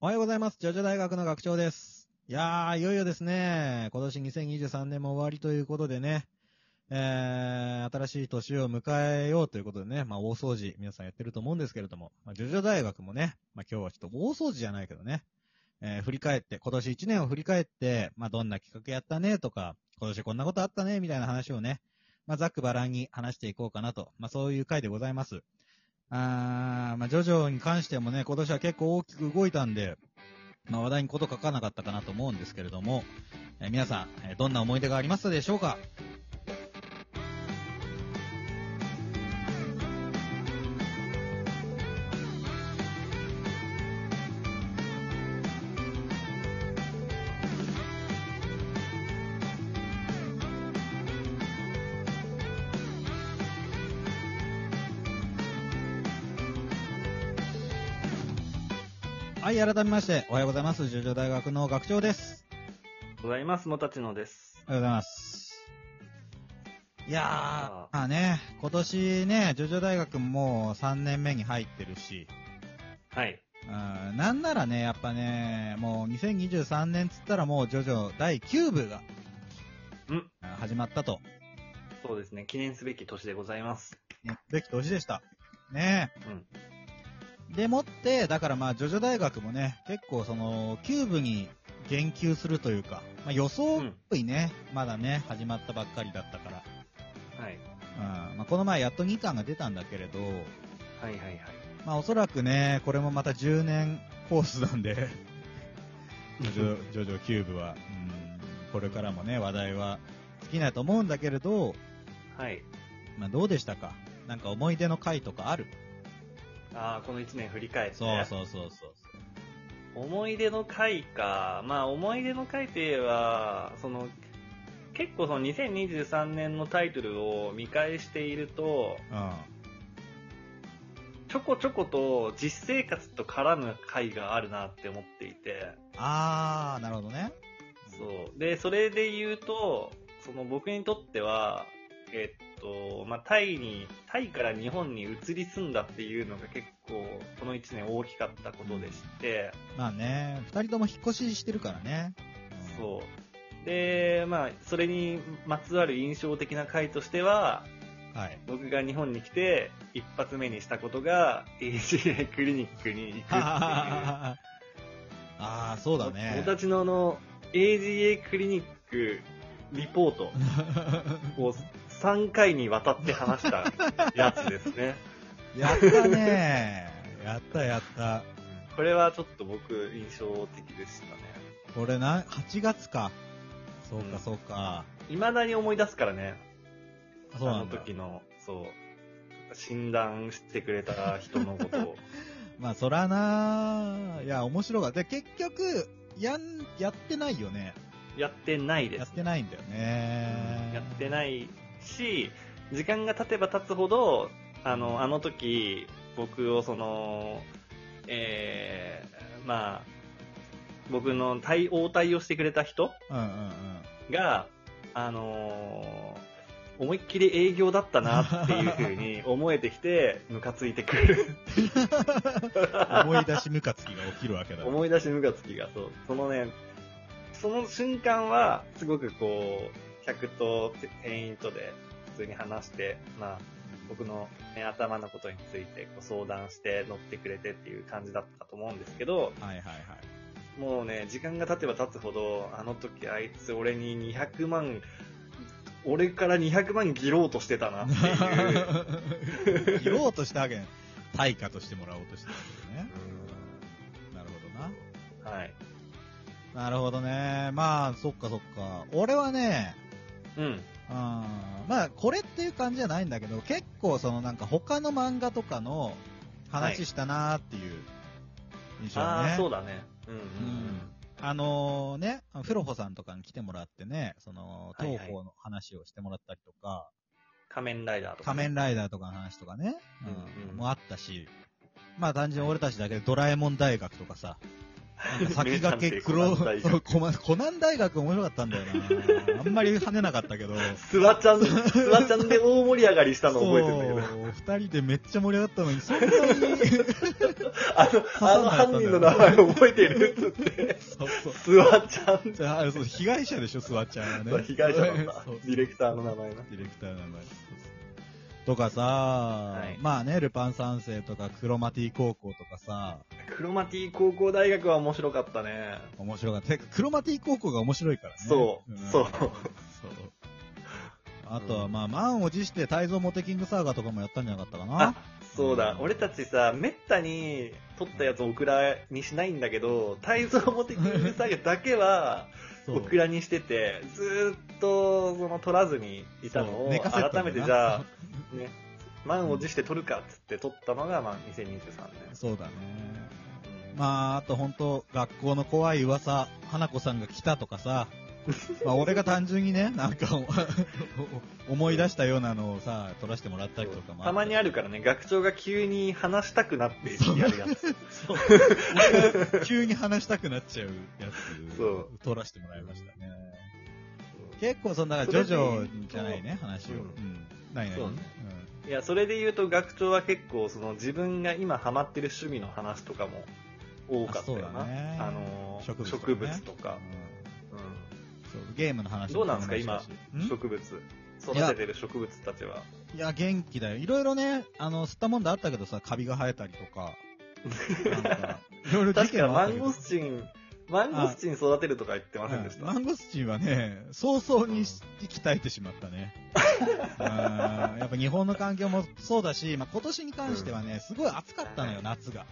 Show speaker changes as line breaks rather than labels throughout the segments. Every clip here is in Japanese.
おはようございます。ジョジョ大学の学長です。いやー、いよいよですね、今年2023年も終わりということでね、えー、新しい年を迎えようということでね、まあ大掃除、皆さんやってると思うんですけれども、まあ、ジョジョ大学もね、まあ今日はちょっと大掃除じゃないけどね、えー、振り返って、今年1年を振り返って、まあどんな企画やったねとか、今年こんなことあったね、みたいな話をね、まあざっくばらんに話していこうかなと、まあそういう回でございます。あー、まあ、ジョジョに関してもね、今年は結構大きく動いたんで、まあ、話題にこと書かなかったかなと思うんですけれども、えー皆さん、えーどんな思い出がありましたでしょうかはい、改めまして、おはようございます。ジョジョ大学の学長です。
ございます、もたちのです。
おはようございます。いやー、
あ
まあね、今年ね、ジョジョ大学ももう3年目に入ってるし、
はい。
うんなんならね、やっぱね、もう2023年つったらもうジョジョ第9部が、
うん
始まったと、
そうですね、記念すべき年でございます。
ねべき年でした。ね
うん。
でもって、だからまあ、ジョジョ大学もね、結構その、キューブに言及するというか、まあ予想っぽいね、まだね、始まったばっかりだったから。
はい。
うん。まあこの前やっと2巻が出たんだけれど、
はいはいはい。
まあおそらくね、これもまた10年コースなん で、ジョジョ、ジョジョキューブは、うん、これからもね、話題は尽きないと思うんだけれど、
はい。
まあどうでしたかなんか思い出の回とかある
ああ、この1年振り返って。
そうそうそうそう。
思い出の回か。まあ、思い出の回といえば、その、結構その2023年のタイトルを見返していると、
うん。
ちょこちょこと実生活と絡む回があるなって思っていて、
あー、なるほどね。
そう。で、それで言うと、その僕にとっては、えっと、まあ、タイに、タイから日本に移り住んだっていうのが結構、この1年大きかったことでして、
まあね、二人とも引っ越ししてるからね。
そう。で、まあ、それにまつわる印象的な回としては、
うん。 はい。
僕が日本に来て、一発目にしたことが、ACA クリニックに行くっていう。
ああー、そうだね。
友達のあの、AGA クリニックリポート。を3回にわたって話したやつですね。
やったね。やったやった。
これはちょっと僕印象的でしたね。
これな、8月か。そう
う
か
ん
そうか。
未だに思い出すからね。
あ
あ
そうな
の
んだ。
時の、そう、診断してくれた人のこと を。
まあそらな、いや、面白かった。で、結局、やん、やってないよね。
やってないです、
やって
い。
ないんだよね。
やって
い。
ないし、時間が経てば経つほど、あの、あの時、僕をその、えー、まあ、僕の対応対応してくれた人
うんうんうん。
が、あのー思いっきり営業だったなっていう風 に思えてきて、ムカついてくる。
思い出しムカつきが起きるわけだ。
思い出しムカつきが、そう。そのね、その瞬間は、すごくこう、客と店員とで普通に話して、まあ、僕の、ね、頭のことについてこう相談して乗ってくれてっていう感じだったと思うんですけど、
はいはいはい。
もうね、時間が経てば経つほど、あの時あいつ俺に200万、俺から200万切ろうとしてたなって いう。
言おうとしたわけね。対価としてもらおうとしたわけね。なるほどな。
はい。
なるほどね。まあ、そっかそっか。俺はね、
うん。
うん、まあ、これっていう感じじゃないんだけど、結構そのなんか他の漫画とかの話したなーっていう印象ね。
ああ、そうだね。うんうん
うんあのね、フロホさんとかに来てもらってね、その、
はいはい
東方の話をしてもらったりとか、
仮面ライダーとか
仮
ね、
面ライダーとかの話とかね、
うんうん
もあったし、まあ単純に俺たちだけでドラえもん大学とかさ、なんか先駆け黒、
名探偵コ
そ
ナン大学
う コマコナン大学面白かったんだよな。あんまり跳ねなかったけど。
スワちゃん、スワちゃんで大盛り上がりしたの覚えてるんだけど。
そう、二人でめっちゃ盛り上がったのに、そんなに。
あの、あの犯人の名前覚えてるっつって。
そうそう。
スワちゃん。
じゃあ、あそう被害者でしょ、スワちゃんはね。
そう被害者だった
そう
ディレクターの名前な
ディレクターの名前。とかさ、
い
まあね、ルパン三世とか、クロマティ高校とかさ、
クロマティ高校大学は面白かったね。
面白かった。てかクロマティ高校が面白いからね。
そう、
ん
そう。
そうあとは、まあ、満を持して、泰造モテキングサーガーとかもやったんじゃなかったかな
あ。、そうだ。俺たちさ、めったに撮ったやつオクラにしないんだけど、泰造モテキングサーガだけは、
そう
オクラにしてて、ずーっと、その、撮らずにいたのを、
寝かせたんだな
改めて じゃあ、ね、満を持して撮るかっつって撮ったのが、まあ、2023年。
そうだね。まあ、あと本当、学校の怖い噂、花子さんが来たとか さ、まあ俺が単純にね、なんかお思い出したようなのをさ、撮らせてもらったりとかも
たまにあるから
ね。
ね、学長が急に話したくなってやるやつ。
そう。俺が急に話したくなっちゃうやつ、
そう
撮らせてもらいましたね。結構そんな、ジョジョじゃないね、話を。う
うん
ん。ないない。
そうねいや、それで言うと学長は結構、その自分が今ハマってる趣味の話とかも多かったよ
あ
な。
そうだね
あのー、
植
植
物
物
と
と
か
か。
ねうんそうゲームの話も
どうなんすか今
し
うんん植物。育ててる植物たちは。
いや、元気だよ。いろいろね、あの、吸ったもんだあったけどさ、カビが生えたりとか。なんかいろいろ事
確
件
か
はあっ
マ
たけ
ン
ど。
ゴスチン、マンゴスチン育てるとか言ってませんでし
う
た。
んマンゴスチンはね、早々に鍛えてしまった ね。うんやっぱ日本の環境もそうだし、まあ、今年に関してはね、すごい暑かったのよ、夏が。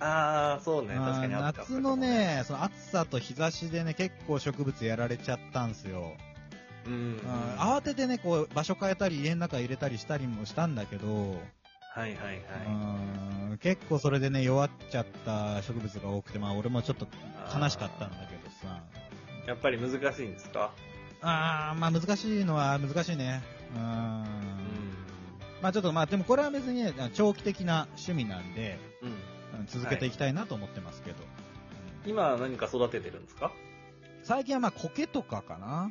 あー、そうね。確か
うん
に暑かったかも
夏の、ね、その暑さと日差しでね、結構植物やられちゃったんすよ。
うん。
うん慌ててね、こう、場所変えたり、家の中入れたりしたりもしたんだけど、
はいはいはい。
うん結構それでね、弱っちゃった植物が多くて、まあ俺もちょっと悲しかったんだけどさ。
やっぱり難しいんですか
あー、まあ難しいのは難しいね。うん。
う
まあちょっとまあ、でもこれは別にね、長期的な趣味なんで、
ん。うん。
うん続けていきたいなと思ってますけど。うん
今は何か育ててるんですか
最近はまあ苔とかかな。うん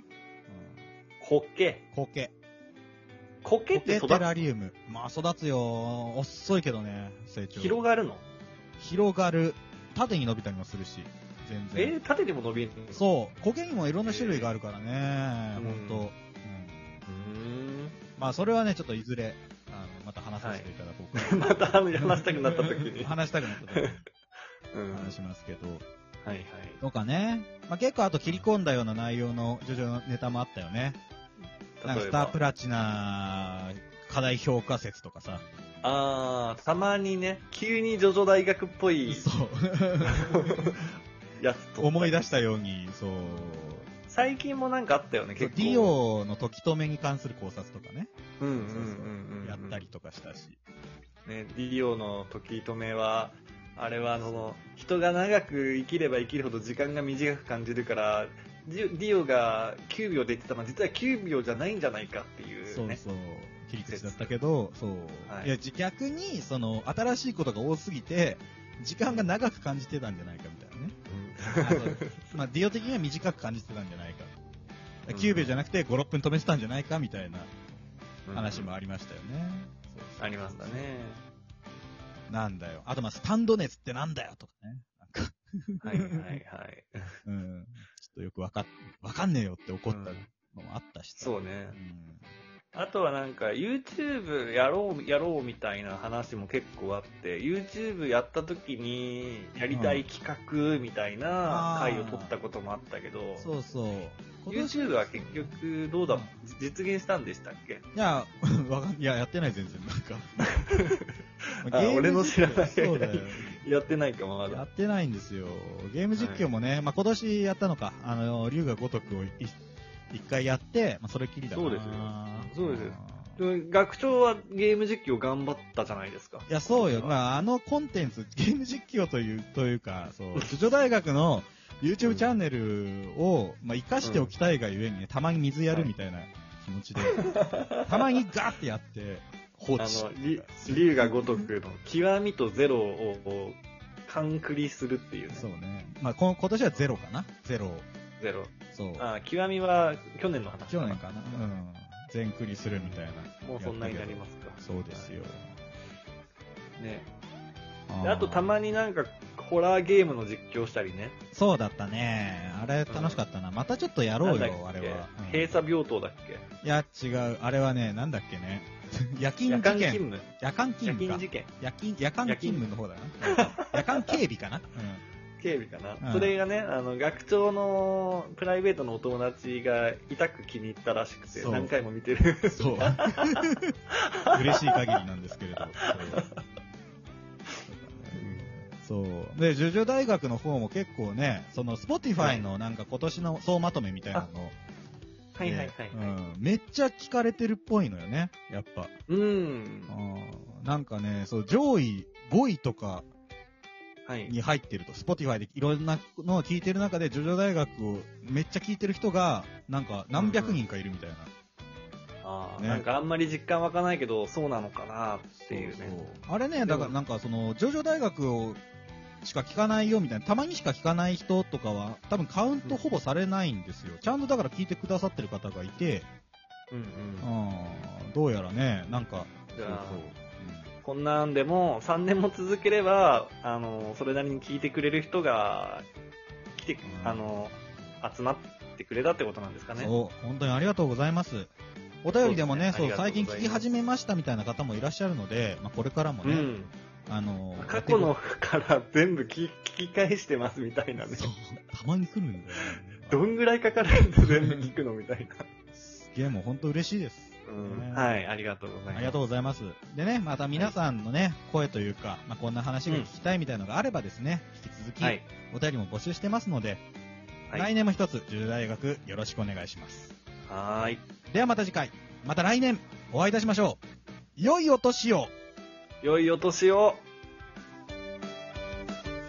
苔。
苔。
苔って
苔テ
育つ
ラリウム。まあ育つよ。遅いけどね、成長。
広がるの
広がる。縦に伸びたりもするし、全然。
えー、縦でも伸びるのう。
そう、苔にもいろんな種類があるからね、
ー
ほんと。
うん
うん
ん。
まあ、それはね、ちょっといずれ、あの、また話させていただこうか。
また 話したくなった時に。
話したくなった時に
うん
話しますけど。
はいはい。
とかね。まあ、結構あと切り込んだような内容の、ジョジョのネタもあったよね。なんか
例え
スター
ば
プ。ラチナ、課題評価説とかさ。
あー、たまにね、急にジョジョ大学っぽい
そう。
やつと。
思い出したように、そう。
最近もなんかあったよね、
そう
結構。
ディ。オの時止めに関する考察とかね。
うんうん
そうそう
うんうん。
やったり。とかしたし。
ね、ディオの時止めは、あれはその、人が長く生きれば生きるほど時間が短く感じるから、ディオディオが9秒で言ってたのは実は9秒じゃないんじゃないかっていうね。
そうそう。切り口だったけど、そう。
はい
い、や、じ逆に、その、新しいことが多すぎて、時間が長く感じてたんじゃないかみたいなね。あとまあ、ディオ的には短く感じてたんじゃないか。
うん
9秒じゃなくて5、6分止めてたんじゃないかみたいな
うん
話もありましたよね。そうそう
ありましたね。。
なんだよ。あと、まあ、スタンド熱ってなんだよとかね。なんか
はいはいはい。
うん。ちょっとよくわかっ、わかんねえよって怒った
うん
のもあったし、。
そううね。
ん。
あとはなんか YouTube やろう、やろうみたいな話も結構あって、YouTube やった時にやりたい企画みたいな回を取ったこともあったけど、
そうそう。今年
YouTube は結局どうだ、
うん
実現したんでしたっけ
いや、わかん、いや、やってない全然、なんか。
あ俺の知らない
そうだよ。
やってないかもま
やっ
だ。
てないんですよ。ゲーム実況もね、まあ今年やったのか、あの、竜が如くをい一回やって、まあそれっきりだな
そうですよそうですよ学長はゲーム実況頑張ったじゃないですか。
いや、そうよ。
まあ、
まあ、あのコンテンツ、ゲーム実況という、というか、そう、ジョジョ大学の YouTube チャンネルを、まあ、活かしておきたいがゆえにね、たまに水やるみたいな気持ちで、たまにガーってやって、放
あ
置。
の、り竜が如くの極みとゼロを完クリするっていうね。
そうね。まあ、こ今年はゼロかなゼロ。
ゼロ。
そう。
ああ、極みは去年の話
去年かなうん。全クリするみたいな。
もうそんなになりますか。
そうですよ。
ね。
あ
であとたま
に。
になんか、ホラーゲームの実況したりね。
そうだったね。あれ楽しかったな。またちょっとやろう
なんだっ
よ、
け
あれは。うん
閉鎖病棟だっけ
いや、違う。あれはね、なんだっけね。 夜勤
夜
事
間勤
件。
務。
夜間勤
夜
務
勤
か。
事件。
夜勤、夜間勤務の方だな。夜間警備かな。
警備かな、
うん
それがね、あの、学長のプライベートのお友達が痛く気に入ったらしくて、
そう
何回も見てる。
うん。そう。 嬉しい限りなんですけれど。そうそう。で、ジョジョ大学の方も結構ね、その、スポティファイのなんか今年の総まとめみたいなのを
はいはいはい
で
はい。
うんめっちゃ聞かれてるっぽいのよね、やっぱ。
うん。
うんなんかね、そう、上位5位とか
はい。
に入ってると、Spotify でいろんなのを聞いてる中で、ジョジョ大学をめっちゃ聞いてる人が、なんか何百人かいるみたいな。
あー
ね
なんかあんまり実感湧かないけど、そうなのかなっていうね。
そうそうあれね、だからなんかその、ジョジョ大学をしか聞かないよみたいな、たまにしか聞かない人とかは、多分カウントほぼされないんですよ。ちゃんとだから聞いてくださってる方がいて、
うんうん。
うん、どうやらね、なんか、
じゃあ
そう
こんなんでも3年も続ければ、あの、それなりに聞いてくれる人が、来て、
ん
あの、集まってくれたってことなんですかね。
そう、本当にありがとうございます。お便りでもね、
そ
そうう
ですねありがとうご
最近
ざいます
聞き始めましたみたいな方もいらっしゃるので、まあ、これからも
う
ね、
ん。
あの、
過去のから全部聞き聞き返してますみたいなね。
そう、たまに来るんだよね。
どんぐらいかかるんだ全部聞くのみたいな。
すげえ、もう本当嬉しいです。
うん
ね
はい、ありがとうございます。
ありがとうございます。でね、また皆さんのね、声というか、まあ、こんな話が聞きたいみたいなのがあればですね、引き続き、
はい。
お便りも募集してますので、
はい
来年も一つ、重大学よろしくお願いします。
はーい。
ではまた次回、また来年、お会いいたしましょう。良いお年を
良いお年を